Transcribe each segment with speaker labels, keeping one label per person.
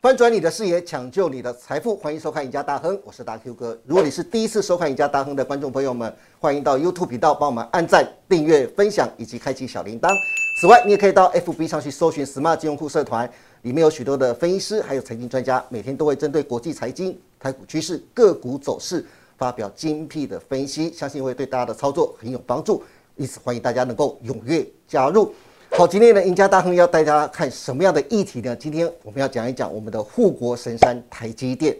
Speaker 1: 翻转你的视野，抢救你的财富，欢迎收看《赢家大亨》，我是大 Q 哥。如果你是第一次收看《赢家大亨》的观众朋友们，欢迎到 YouTube 频道帮我们按赞、订阅、分享以及开启小铃铛。此外，你也可以到 FB 上去搜寻 “Smart 金融库社团”，里面有许多的分析师还有财经专家，每天都会针对国际财经、台股趋势、个股走势发表精辟的分析，相信会对大家的操作很有帮助。因此，欢迎大家能够踊跃加入。好，今天的赢家大亨要带大家看什么样的议题呢？今天我们要讲一讲我们的护国神山台积电。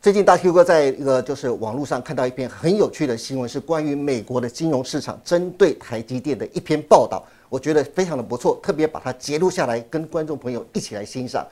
Speaker 1: 最近大 Q 哥在一个就是网络上看到一篇很有趣的新闻，是关于美国的金融市场针对台积电的一篇报道，我觉得非常的不错，特别把它截录下来，跟观众朋友一起来欣赏。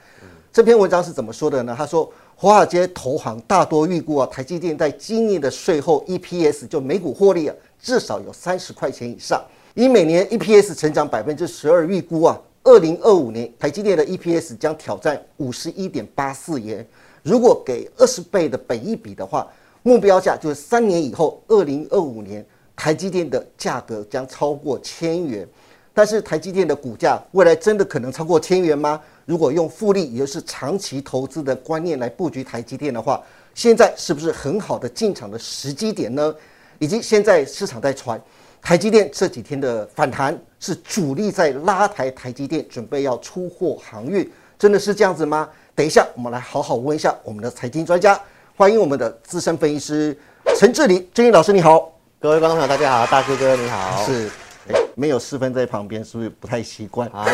Speaker 1: 这篇文章是怎么说的呢？他说，华尔街投行大多预估啊，台积电在今年的税后 EPS 就每股获利啊，至少有三十块钱以上。以每年 EPS 成长百分之十二预估啊，二零二五年台积电的 EPS 将挑战五十一点八四元。如果给二十倍的本益比的话，目标价就是三年以后，二零二五年台积电的价格将超过千元。但是台积电的股价未来真的可能超过千元吗？如果用复利，也就是长期投资的观念来布局台积电的话，现在是不是很好的进场的时机点呢？以及现在市场在传台积电这几天的反弹是主力在拉抬台积电，准备要出货航运，真的是这样子吗？等一下我们来好好问一下我们的财经专家，欢迎我们的资深分析师陈志林，志林老师你好。
Speaker 2: 各位观众朋友，大家好，大 Q 哥你好，
Speaker 1: 是，哎没有四分在旁边，是不是不太习惯？
Speaker 2: 啊，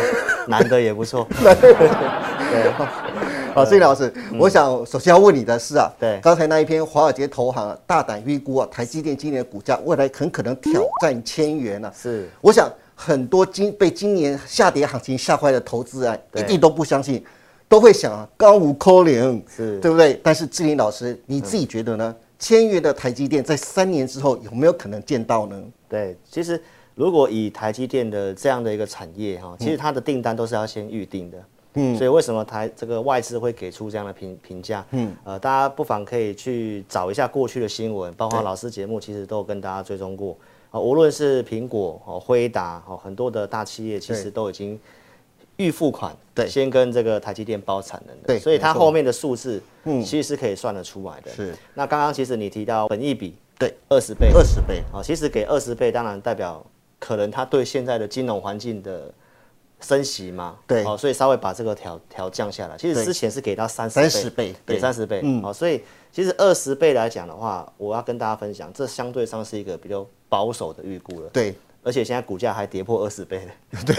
Speaker 2: 男的也不错，
Speaker 1: 好，郑啊老师，我想首先要问你的是啊，
Speaker 2: 嗯对
Speaker 1: 刚才那一篇华尔街投行、啊、大胆预估啊，台积电今年的股价未来很可能挑战千元啊。
Speaker 2: 是
Speaker 1: 我想很多今被今年下跌行情吓坏的投资人一
Speaker 2: 对
Speaker 1: 定都不相信，都会想啊，高五扣零，
Speaker 2: 是嗯
Speaker 1: 对不对？但是志林老师，你自己觉得呢？千元的台积电在三年之后有没有可能见到呢？
Speaker 2: 对，其实如果以台积电的这样的一个产业
Speaker 1: 嗯
Speaker 2: 哈，其实它的订单都是要先预定的。嗯，所以为什么台这个外资会给出这样的评评价？嗯，呃，大家不妨可以去找一下过去的新闻，包括老师节目其实都有跟大家追踪过。啊，无论是苹果、哦辉达、哦很多的大企业，其实都已经预付款，
Speaker 1: 对
Speaker 2: 先跟这个台积电包产能的，
Speaker 1: 对
Speaker 2: 所以它
Speaker 1: 没错
Speaker 2: 后面的数字，嗯，其实是可以算得出来的。
Speaker 1: 是，
Speaker 2: 那刚刚其实你提到本益比，
Speaker 1: 对，
Speaker 2: 二十倍，
Speaker 1: 二十倍，
Speaker 2: 啊、其实给二十倍，当然代表可能他对现在的金融环境的升息嘛，
Speaker 1: 对
Speaker 2: 哦，所以稍微把这个调调降下来。其
Speaker 1: 对
Speaker 2: 实之前是给到三十
Speaker 1: 30倍对
Speaker 2: 对，三十倍，嗯，哦，所以其实二十倍来讲的话，我要跟大家分享，这相对上是一个比较保守的预估了。
Speaker 1: 对，
Speaker 2: 而且现在股价还跌破二十倍了， 对，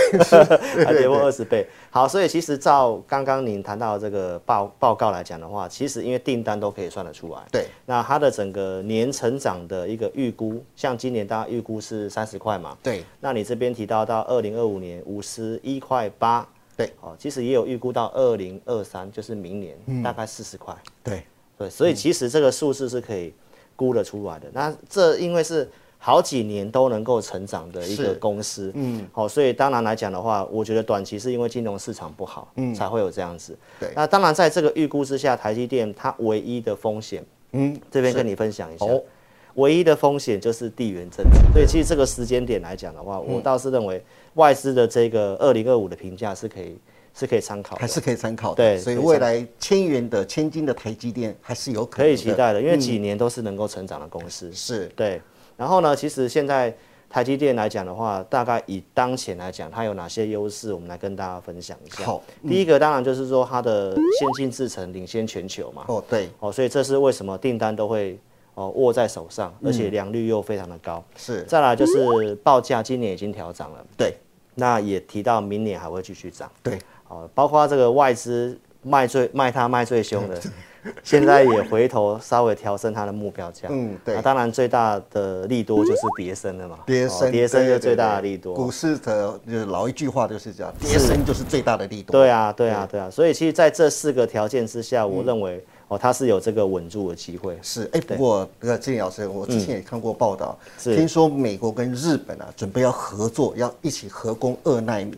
Speaker 2: 还跌破二十倍。好，所以其实照刚刚您谈到的这个报报告来讲的话，其实因为订单都可以算得出来，
Speaker 1: 对，
Speaker 2: 那它的整个年成长的一个预估，像今年大家预估是三十块嘛，
Speaker 1: 对，
Speaker 2: 那你这边提到到二零二五年五十一块八，
Speaker 1: 对，
Speaker 2: 哦，其实也有预估到二零二三，就是明年、大概四十块，
Speaker 1: 对，
Speaker 2: 对，所
Speaker 1: 嗯
Speaker 2: 以其实这个数字是可以估得出来的。那这因为是好几年都能够成长的一
Speaker 1: 是
Speaker 2: 个公司，嗯，好、所以当然来讲的话，我觉得短期是因为金融市场不好，嗯，才会有这样子。
Speaker 1: 对
Speaker 2: 那当然在这个预估之下，台积电它唯一的风险，嗯，这边跟你分享一下。
Speaker 1: 哦
Speaker 2: 唯一的风险就是地缘政治，所以其实这个时间点来讲的话，
Speaker 1: 嗯
Speaker 2: 我倒是认为外资的这个二零二五的评价是可以是可以参考的，
Speaker 1: 还是可以参考的。
Speaker 2: 对
Speaker 1: 所以
Speaker 2: 可以
Speaker 1: 未
Speaker 2: 参
Speaker 1: 来千元的千金的台积电还是有可
Speaker 2: 可
Speaker 1: 能
Speaker 2: 以
Speaker 1: 的
Speaker 2: 期待的，因为
Speaker 1: 嗯
Speaker 2: 几年都是能够成长的公司。
Speaker 1: 是
Speaker 2: 对，然后呢，其实现在台积电来讲的话，大概以当前来讲，它有哪些优势，我们来跟大家分享一下。
Speaker 1: 好，
Speaker 2: 第一个当然就是说它的先进制程领先全球嘛，
Speaker 1: 哦，对，
Speaker 2: 哦，所以这是为什么订单都会哦握在手上，而且良率又非常的高。
Speaker 1: 是，
Speaker 2: 再来就是报价今年已经调涨了，
Speaker 1: 对
Speaker 2: 那也提到明年还会继续涨。
Speaker 1: 对，
Speaker 2: 哦，包括这个外资卖最卖它卖最凶的， 现在也回头稍微调升它的目标价。啊
Speaker 1: 嗯对
Speaker 2: 那当然最大的利多就是跌升了嘛，
Speaker 1: 跌
Speaker 2: 哦
Speaker 1: 升，
Speaker 2: 跌升
Speaker 1: 对
Speaker 2: 是
Speaker 1: 对
Speaker 2: 最大的哦
Speaker 1: 对
Speaker 2: 利多。
Speaker 1: 股市的就是老一句话就是这样，跌升就是最大的利多。
Speaker 2: 对啊，对啊，对啊。所以其实在这四个条件之下，
Speaker 1: 嗯
Speaker 2: 我认为、哦，它是有这个稳住的机会。
Speaker 1: 是，哎，不过那个郑老师，我之前也看过报道，
Speaker 2: 嗯是
Speaker 1: 听说美国跟日本啊准备要合作，要一起合攻二纳米。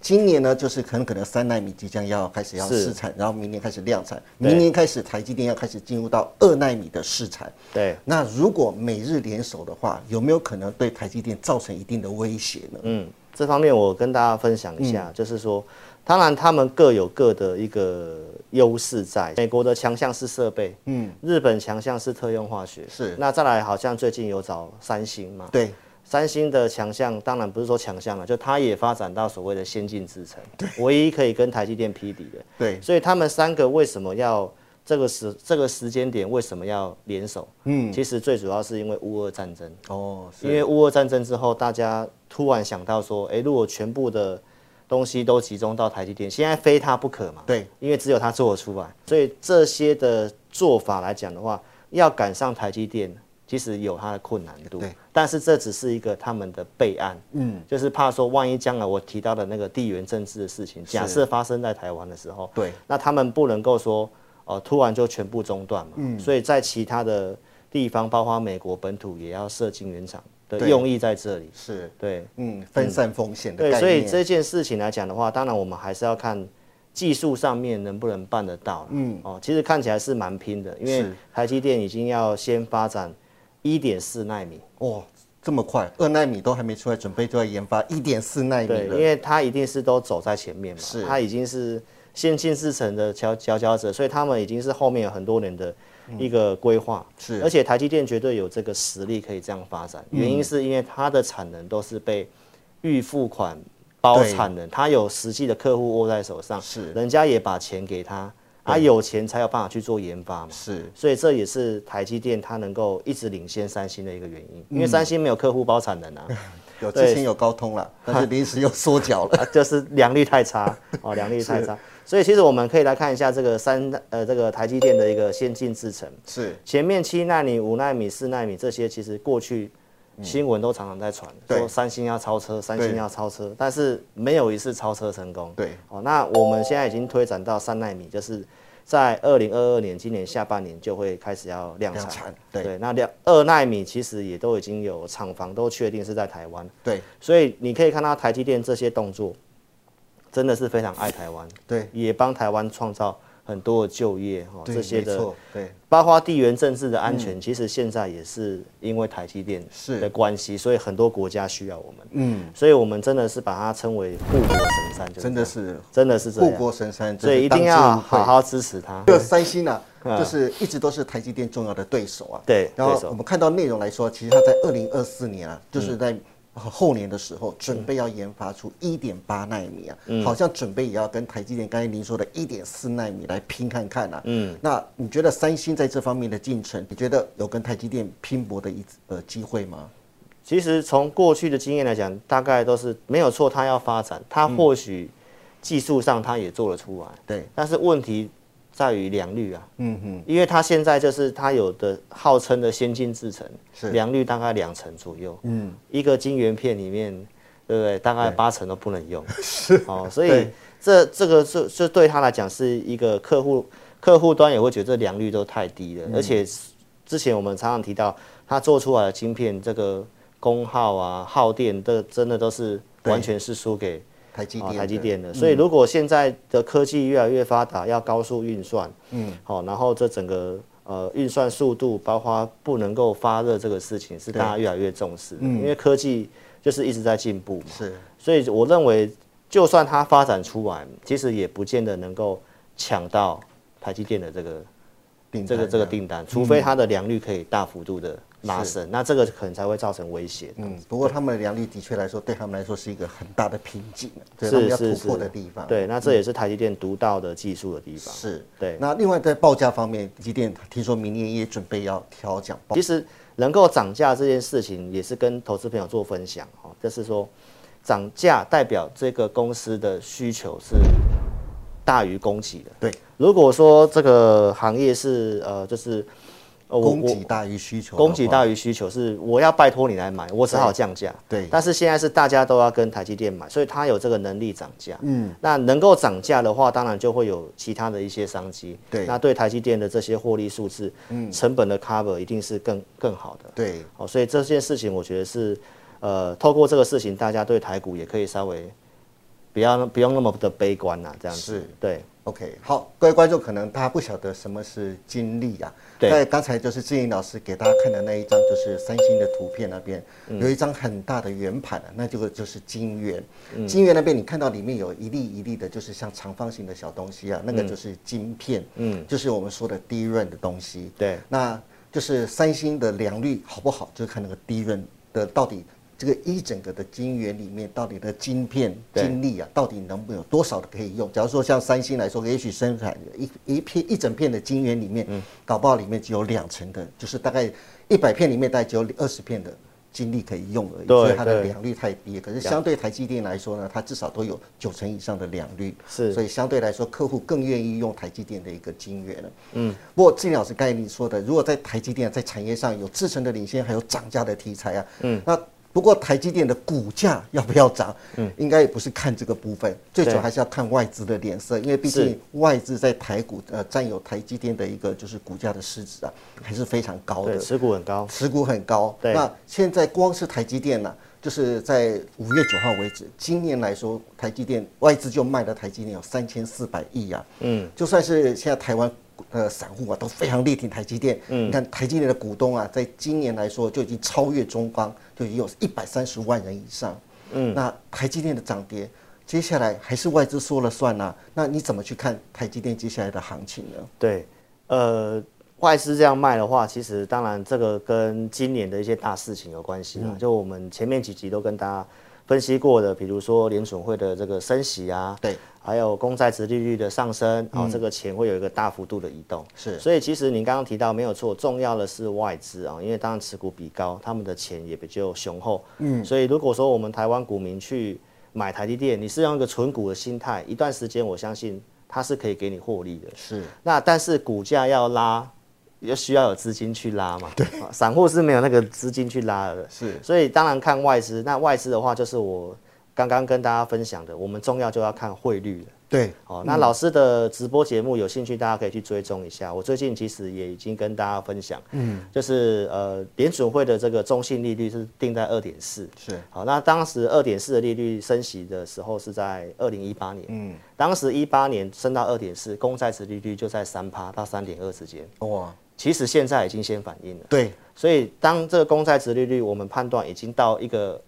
Speaker 1: 今年呢，就是很可能三纳米即将要开始要
Speaker 2: 是
Speaker 1: 试产，然后明年开始量产，
Speaker 2: 对
Speaker 1: 明年开始台积电要开始进入到二纳米的试产。
Speaker 2: 对。
Speaker 1: 那如果美日联手的话，有没有可能对台积电造成一定的威胁呢？
Speaker 2: 嗯嗯，这方面我跟大家分享一下，就是说，当然，他们各有各的一个优势在。美国的强项是设备，嗯，日本强项是特用化学，
Speaker 1: 是
Speaker 2: 那再来，好像最近有找三星嘛，
Speaker 1: 对，
Speaker 2: 三星的强项当然不是说强项啊了，就它也发展到所谓的先进制程，唯一可以跟台积电匹敌的。
Speaker 1: 对，
Speaker 2: 所以他们三个为什么要这个时这个时间点为什么要联手？嗯，其实最主要是因为乌俄战争，
Speaker 1: 哦，
Speaker 2: 因为乌俄战争之后，大家突然想到说，诶，如果全部的东西都集中到台积电，现在非它不可嘛，
Speaker 1: 对，
Speaker 2: 因为只有它做得出来，所以这些的做法来讲的话，要赶上台积电，其实有它的困难度，
Speaker 1: 对，
Speaker 2: 但是这只是一个他们的备案，嗯，就是怕说万一将来我提到的那个地缘政治的事情，假设发生在台湾的时候，
Speaker 1: 对，
Speaker 2: 那他们不能够说，呃，突然就全部中断嘛。
Speaker 1: 嗯
Speaker 2: 所以在其他的地方，包括美国本土，也要设进原厂的
Speaker 1: 对
Speaker 2: 用意在这里。
Speaker 1: 是，
Speaker 2: 对
Speaker 1: 嗯，分散风险的
Speaker 2: 嗯对，
Speaker 1: 概念，
Speaker 2: 所以这件事情来讲的话，当然我们还是要看技术上面能不能办得到。嗯，哦，其实看起来是蛮拼的，因为
Speaker 1: 是
Speaker 2: 台积电已经要先发展一点四纳米。
Speaker 1: 哦，这么快，二纳米都还没出来，准备就要研发一点四纳米
Speaker 2: 对，因
Speaker 1: 了。
Speaker 2: 为它一定是都走在前面嘛，
Speaker 1: 是
Speaker 2: 它已经是先进制程的佼佼佼者，所以他们已经是后面有很多年的
Speaker 1: 嗯
Speaker 2: 一个规划、
Speaker 1: 是嗯
Speaker 2: 而且台积电绝对有这个实力可以这样发展，原因是因为它的产能都是被预付款包
Speaker 1: 对
Speaker 2: 产能，它有实际的客户握在手上，
Speaker 1: 是
Speaker 2: 人家也把钱给他，他有钱才有办法去做研发嘛，
Speaker 1: 是
Speaker 2: 所以这也是台积电它能够一直领先三星的一个原因，
Speaker 1: 嗯
Speaker 2: 因为三星没有客户包产能 啊。
Speaker 1: 有之
Speaker 2: 对
Speaker 1: 前有高通 了，但是临时又缩脚了。
Speaker 2: 啊就是良率太差哦，良率太差。所以其实我们可以来看一下这个三呃这个台积电的一个先进制程，
Speaker 1: 是
Speaker 2: 前面七纳米、五纳米、四纳米这些，其实过去新闻都常常在传，
Speaker 1: 对
Speaker 2: 说三星要超车，三
Speaker 1: 对
Speaker 2: 星要超车，但是没有一次超车成功。
Speaker 1: 对
Speaker 2: 哦，那我们现在已经推展到三纳米，就是在二零二二年今年下半年就会开始要量
Speaker 1: 量
Speaker 2: 产。
Speaker 1: 产对
Speaker 2: 那两二纳米其实也都已经有厂房都确定是在台湾。
Speaker 1: 对
Speaker 2: 所以你可以看到台积电这些动作，真的是非常爱台湾，
Speaker 1: 对
Speaker 2: 也帮台湾创造很多的就业哈、哦，
Speaker 1: 对，
Speaker 2: 这些
Speaker 1: 没
Speaker 2: 的
Speaker 1: 错，对
Speaker 2: 包括地缘政治的安全，其实现在也是因为台积电
Speaker 1: 嗯是
Speaker 2: 的关系，所以很多国家需要我们，嗯，所以我们真的是把它称为护国神山，就是
Speaker 1: 真的
Speaker 2: 这样
Speaker 1: 是
Speaker 2: 真的是这
Speaker 1: 护
Speaker 2: 样，
Speaker 1: 国神山，
Speaker 2: 所以一定要好好支持它。
Speaker 1: 这三星呢、就是一直都是台积电重要的对手啊。
Speaker 2: 啊对
Speaker 1: 然后
Speaker 2: 对手嗯
Speaker 1: 我们看到内容来说，其实它在二零二四年啊，就是在后年的时候，准备要研发出一点八纳米啊，
Speaker 2: 嗯
Speaker 1: 好像准备也要跟台积电刚才您说的一点四纳米来拼看看啊。嗯，那你觉得三星在这方面的进程，你觉得有跟台积电拼搏的一呃机会吗？
Speaker 2: 其实从过去的经验来讲，大概都是没有错，它要发展，它
Speaker 1: 嗯
Speaker 2: 或许技术上它也做得出来，
Speaker 1: 对，
Speaker 2: 但是问题在于良率啊，嗯哼，因为它现在就是它有的号称的先进制程，
Speaker 1: 是
Speaker 2: 良率大概两成左右，嗯，一个晶圆片里面，对不对？大概八成都不能用， 是哦，所以
Speaker 1: 对
Speaker 2: 这这个是这对他来讲是一个客户客户端也会觉得这良率都太低了，而且之前我们常常提到，它做出来的晶片这个功耗啊、耗电，这真的都是完全是输给。
Speaker 1: 台积
Speaker 2: 啊，
Speaker 1: 电，嗯
Speaker 2: 台积，电的。所以如果现在的科技越来越发达，要高速运算，嗯，好、然后这整个呃运算速度，包括不能够发热这个事情，是大家越来越重视的，
Speaker 1: 嗯
Speaker 2: 因为科技就是一直在进步嘛。
Speaker 1: 是
Speaker 2: 所以我认为，就算它发展出来，其实也不见得能够抢到台积电的这个
Speaker 1: 订
Speaker 2: 这个
Speaker 1: 单
Speaker 2: 这个
Speaker 1: 啊
Speaker 2: 订单，除非它的良率可以大幅度的拉升，那这个可能才会造成威胁。
Speaker 1: 嗯，不过他们的良率的确来说，对他们来说是一个很大的瓶颈啊，对他们
Speaker 2: 是
Speaker 1: 要
Speaker 2: 是
Speaker 1: 突
Speaker 2: 是
Speaker 1: 破的地方。嗯
Speaker 2: 对，那这也是台积电独到的技术的地方。
Speaker 1: 是，
Speaker 2: 对
Speaker 1: 那另外在报价方面，机电听说明年也准备要调涨报
Speaker 2: 其实能够涨价这件事情，也是跟投资朋友做分享哦，就是说涨价代表这个公司的需求是大于供给的。
Speaker 1: 对，
Speaker 2: 如果说这个行业是呃，就是呃我
Speaker 1: 供
Speaker 2: 我
Speaker 1: 给大于需求的话，
Speaker 2: 供给大于需求，是我要拜托你来买，我只好降价。
Speaker 1: 对
Speaker 2: 但是现在是大家都要跟台积电买，所以它有这个能力涨价。嗯，那能够涨价的话，当然就会有其他的一些商机。
Speaker 1: 对
Speaker 2: 那对台积电的这些获利数字，嗯，成本的 cover 一定是更更好的。
Speaker 1: 对
Speaker 2: 哦，所以这件事情我觉得是，呃，透过这个事情，大家对台股也可以稍微不要不用那么的悲观啦、这样子。
Speaker 1: 是
Speaker 2: 对，
Speaker 1: OK，好，各位观众可能大家不晓得什么是金利啊，
Speaker 2: 对
Speaker 1: 在刚才就是志颖老师给大家看的那一张，就是三星的图片那边、
Speaker 2: 嗯
Speaker 1: 有一张很大的圆盘啊，那这个就是金元。
Speaker 2: 嗯
Speaker 1: 金元那边你看到里面有一粒一粒的，就是像长方形的小东西啊，那个就是晶片，嗯，就是我们说的低润的东西。
Speaker 2: 对，
Speaker 1: 那就是三星的良率好不好，就是看那个低润的到底。这个一整个的晶圆里面，到底的晶片
Speaker 2: 对
Speaker 1: 晶粒啊，到底能不能有多少的可以用？假如说像三星来说，也许生产一一片一整片的晶圆里
Speaker 2: 嗯
Speaker 1: 面，搞不好里面只有两成的，就是大概一百片里面大概只有二十片的晶粒可以用而已，
Speaker 2: 对
Speaker 1: 所以它的
Speaker 2: 对
Speaker 1: 良率太低。可是相对台积电来说呢，它至少都有九成以上的良率，
Speaker 2: 是
Speaker 1: 所以相对来说客户更愿意用台积电的一个晶圆了。嗯，不过志玲老师刚才你说的，如果在台积电在产业上有自身的领先，还有涨价的题材啊，嗯，那不过台积电的股价要不要涨，嗯， 应该也不是看这个部分，最主要
Speaker 2: 对
Speaker 1: 还是要看外资的脸色，因为毕竟
Speaker 2: 是
Speaker 1: 外资在台股呃占有台积电的一个就是股价的市值啊，还是非常高
Speaker 2: 对，
Speaker 1: 的。
Speaker 2: 持股很高，
Speaker 1: 持股很高。
Speaker 2: 对
Speaker 1: 那现在光是台积电呢、啊就是在五月九号为止，今年来说，台积电外资就卖了台积电有三千四百亿啊。嗯，就算是现在台湾。呃，散户啊都非常力挺台积电。嗯，你看台积电的股东啊，在今年来说就已经超越中方，就已经有一百三十万人以上。嗯，那台积电的涨跌，接下来还是外资说了算啊。那你怎么去看台积电接下来的行情呢？
Speaker 2: 对，呃，外资这样卖的话，其实当然这个跟今年的一些大事情有关系啊。就我们前面几集都跟大家分析过的，比如说联准会的这个升息啊，
Speaker 1: 对，
Speaker 2: 还有公债值利率的上升，然后这个钱会有一个大幅度的移动。
Speaker 1: 是
Speaker 2: 所以其实您刚刚提到没有错，重要的是外资啊，因为当然持股比高，他们的钱也比较雄厚。嗯，所以如果说我们台湾股民去买台积电，你是用一个纯股的心态，一段时间我相信它是可以给你获利的。
Speaker 1: 是
Speaker 2: 那但是股价要拉，又需要有资金去拉嘛。对，散户是没有那个资金去拉的。
Speaker 1: 是
Speaker 2: 所以当然看外资，那外资的话就是我刚刚跟大家分享的，我们重要就要看汇率了。
Speaker 1: 对，
Speaker 2: 哦，那老师的直播节目有兴趣，大家可以去追踪一下。我最近其实也已经跟大家分享，嗯，就是呃联准会的这个中性利率是定在二点四，
Speaker 1: 是
Speaker 2: 好，那当时二点四的利率升息的时候是在二零一八年，嗯，当时一八年升到二点四，公债值利率就在三趴到三点二之间，
Speaker 1: 哇，
Speaker 2: 其实现在已经先反应了，
Speaker 1: 对，
Speaker 2: 所以当这个公债值利率我们判断已经到一个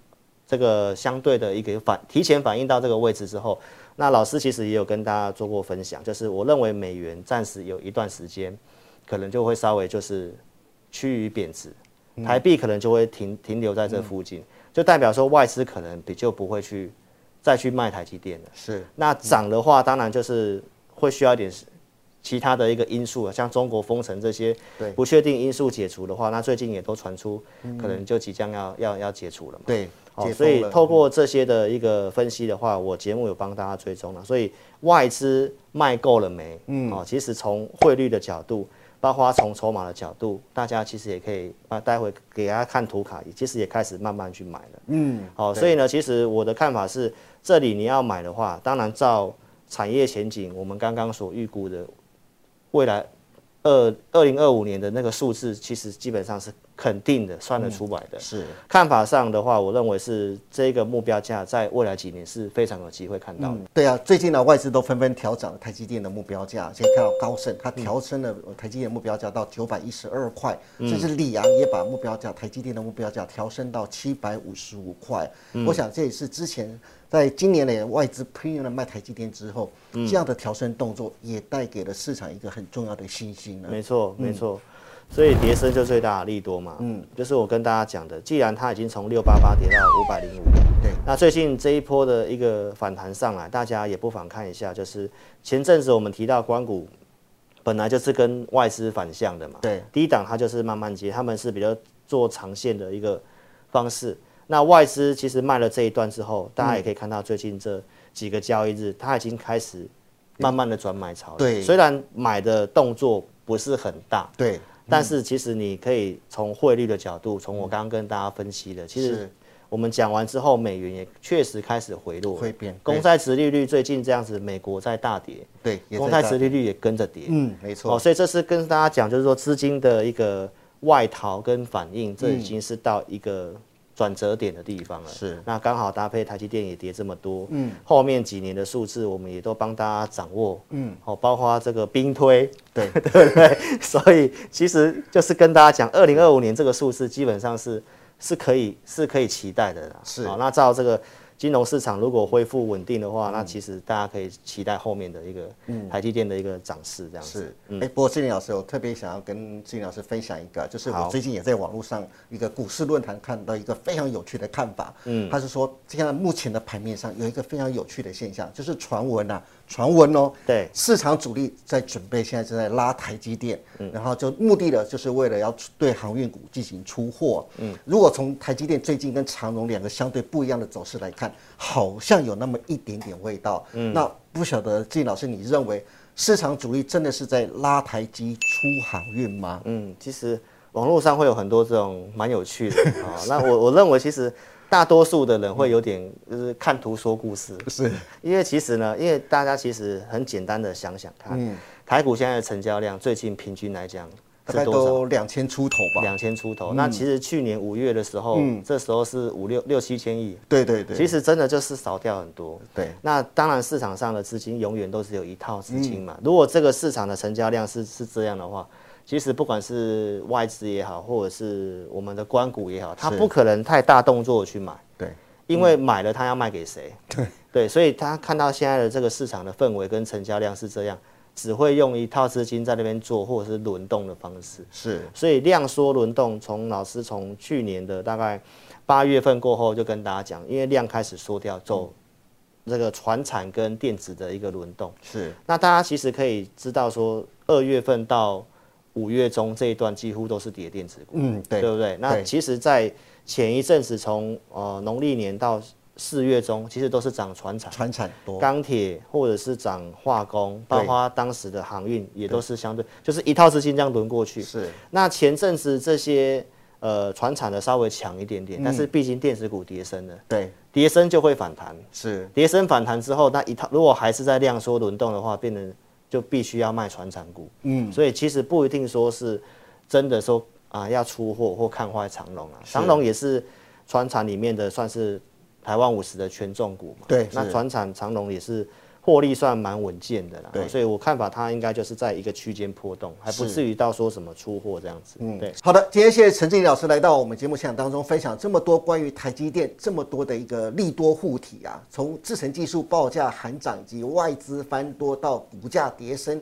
Speaker 2: 这个相对的一个反提前反应到这个位置之后，那老师其实也有跟大家做过分享，就是我认为美元暂时有一段时间可能就会稍微就是趋于贬值，台币可能就会停停留在这附近，就代表说外资可能比较不会去再去卖台积电了。
Speaker 1: 是
Speaker 2: 那涨的话，当然就是会需要一点时其他的一个因素啊，像中国封城这些
Speaker 1: 对
Speaker 2: 不确定因素解除的话，那最近也都传出可能就即将要要要解除了嘛。
Speaker 1: 对，
Speaker 2: 哦，
Speaker 1: 解
Speaker 2: 所以
Speaker 1: 封了嗯
Speaker 2: 透过这些的一个分析的话，我节目有帮大家追踪了。所以外资卖够了没？嗯，哦，其实从汇率的角度，包括从筹码的角度，大家其实也可以啊，待会给大家看图卡，也其实也开始慢慢去买了。嗯，哦，所以呢，其实我的看法是，这里你要买的话，当然照产业前景，我们刚刚所预估的未来二二零二五年的那个数字，其实基本上是肯定的，算
Speaker 1: 嗯
Speaker 2: 得出来的。
Speaker 1: 是
Speaker 2: 看法上的话，我认为是这个目标价在未来几年是非常有机会看到的。
Speaker 1: 对啊，最近呢，外资都纷纷调涨台积电的目标价，先看到高盛，它调升了台积电的目标价到九百一十二块，甚至里昂也把目标价台积电的目标价调升到七百五十五块。我想这也是之前在今年的外资 premium 卖台积电之后，这样的调升动作也带给了市场一个很重要的信心了。
Speaker 2: 没错，没错。所以跌升就最大的利多嘛，嗯，就是我跟大家讲的，既然它已经从六八八跌到五百零五，
Speaker 1: 对，
Speaker 2: 那最近这一波的一个反弹上来，大家也不妨看一下，就是前阵子我们提到关谷本来就是跟外资反向的嘛，
Speaker 1: 对，
Speaker 2: 低档它就是慢慢接，他们是比较做长线的一个方式。那外资其实卖了这一段之后，大家也可以看到最近这几个交易日，它已经开始慢慢的转买潮了。
Speaker 1: 对
Speaker 2: 虽然买的动作不是很大，
Speaker 1: 对，
Speaker 2: 但是其实你可以从汇率的角度，从我刚刚跟大家分析的，其实
Speaker 1: 是
Speaker 2: 我们讲完之后，美元也确实开始回落了，
Speaker 1: 会变对
Speaker 2: 公债值利率最近这样子，美国在大跌，
Speaker 1: 对，也
Speaker 2: 公
Speaker 1: 在
Speaker 2: 债
Speaker 1: 大
Speaker 2: 值利率也跟着跌，
Speaker 1: 嗯，没
Speaker 2: 哦，
Speaker 1: 错，
Speaker 2: 所以这是跟
Speaker 1: 嗯
Speaker 2: 大家讲，就是说资金的一个外逃跟反应，这已经是到一个转折点的地方了。
Speaker 1: 是，
Speaker 2: 那刚好搭配台积电也跌这么多，嗯，后面几年的数字我们也都帮大家掌握，嗯，哦，包括这个兵推，
Speaker 1: 对
Speaker 2: 对不对？所以其实就是跟大家讲，二零二五年这个数字基本上是是可以是可以期待的啦。
Speaker 1: 是
Speaker 2: 好那照这个金融市场如果恢复稳定的话，那其实大家可以期待后面的一个台积电的一个涨势这样子。
Speaker 1: 嗯是，哎、不过志玲老师，我特别想要跟志玲老师分享一个，就是我
Speaker 2: 好
Speaker 1: 最近也在网络上一个股市论坛看到一个非常有趣的看法，嗯，他是说现在目前的盘面上有一个非常有趣的现象，就是传闻啊，传闻哦，
Speaker 2: 对
Speaker 1: 市场主力在准备现在正在拉台积电，
Speaker 2: 嗯
Speaker 1: 然后就目的呢，就是为了要出对航运股进行出货，嗯，如果从台积电最近跟长荣两个相对不一样的走势来看，好像有那么一点点味道，嗯，那不晓得志玲老师，你认为？市场主力真的是在拉台积出航运吗？
Speaker 2: 嗯，其实网络上会有很多这种蛮有趣 的啊、那我我认为，其实大多数的人会有点就是看图说故事，
Speaker 1: 是
Speaker 2: 因为其实呢，因为大家其实很简单的想想看，
Speaker 1: 嗯
Speaker 2: 台股现在的成交量最近平均来讲
Speaker 1: 大概
Speaker 2: 是多少？
Speaker 1: 都嗯两千出头吧。
Speaker 2: 两千出头。那其实去年五月的时候，
Speaker 1: 嗯
Speaker 2: 这时候是五六六七千亿，
Speaker 1: 对对对，
Speaker 2: 其实真的就是少掉很多。
Speaker 1: 对
Speaker 2: 那当然，市场上的资金永远都只有一套资金
Speaker 1: 嗯
Speaker 2: 嘛。如果这个市场的成交量是是这样的话，其实不管是外资也好，或者是我们的关股也好，它不可能太大动作地去买，
Speaker 1: 对
Speaker 2: 因
Speaker 1: 嗯
Speaker 2: 为买了它要卖给谁？对对，所以他看到现在的这个市场的氛围跟成交量是这样，只会用一套资金在那边做，或者是轮动的方式。
Speaker 1: 是
Speaker 2: 所以量缩轮动，从老师从去年的大概八月份过后就跟大家讲，因为量开始缩掉，走这个船产跟电子的一个轮动。
Speaker 1: 是
Speaker 2: 那大家其实可以知道说，二月份到五月中这一段几乎都是跌电子股，
Speaker 1: 嗯对
Speaker 2: 不对？那其实，在前一阵子从呃农历年到四月中，其实都是涨船产。
Speaker 1: 船产多
Speaker 2: 钢铁或者是涨化工，
Speaker 1: 对
Speaker 2: 包括当时的航运也都是相对，就是一套资金这样轮过去。
Speaker 1: 是
Speaker 2: 那前阵子这些呃船产的稍微强一点点，但是毕竟电子股跌升了，
Speaker 1: 对
Speaker 2: 跌升就会反弹，
Speaker 1: 是
Speaker 2: 跌升反弹之后，那一套如果还是在量缩轮动的话，变成就必须要卖船产股。嗯，所以其实不一定说是真的说啊要出货或看坏长隆啊，长隆也是船产里面的算是台湾五十的权重股嘛。
Speaker 1: 对
Speaker 2: 那
Speaker 1: 是
Speaker 2: 船产长隆也是。获利算蛮稳健的啦，所以我看法它应该就是在一个区间波动，还不至于到说什么出货这样子。嗯，对。
Speaker 1: 好的，今天谢谢陈志林老师来到我们节目现场当中，分享这么多关于台积电这么多的一个利多护体啊，从制程技术报价喊涨以及外资翻多到股价跌升。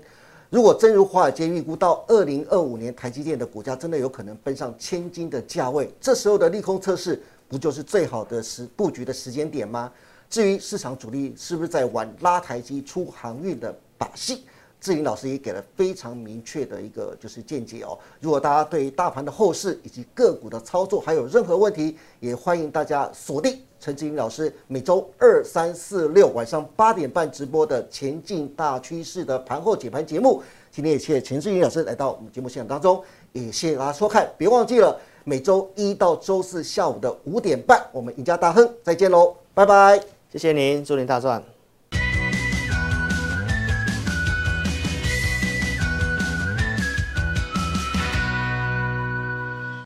Speaker 1: 如果真如华尔街预估到二零二五年台积电的股价真的有可能奔上千金的价位，这时候的利空测试不就是最好的时布局的时间点吗？至于市场主力是不是在玩拉台积出航运的把戏？志玲老师也给了非常明确的一个就是见解哦。如果大家对于大盘的后市以及个股的操作还有任何问题，也欢迎大家锁定陈志玲老师每周二、三、四、六晚上八点半直播的《前进大趋势》的盘后解盘节目。今天也谢谢陈志玲老师来到我们节目现场当中，也谢谢大家收看。别忘记了每周一到周四下午的五点半，我们赢家大亨再见喽，拜拜。
Speaker 2: 谢谢您，祝您大赚。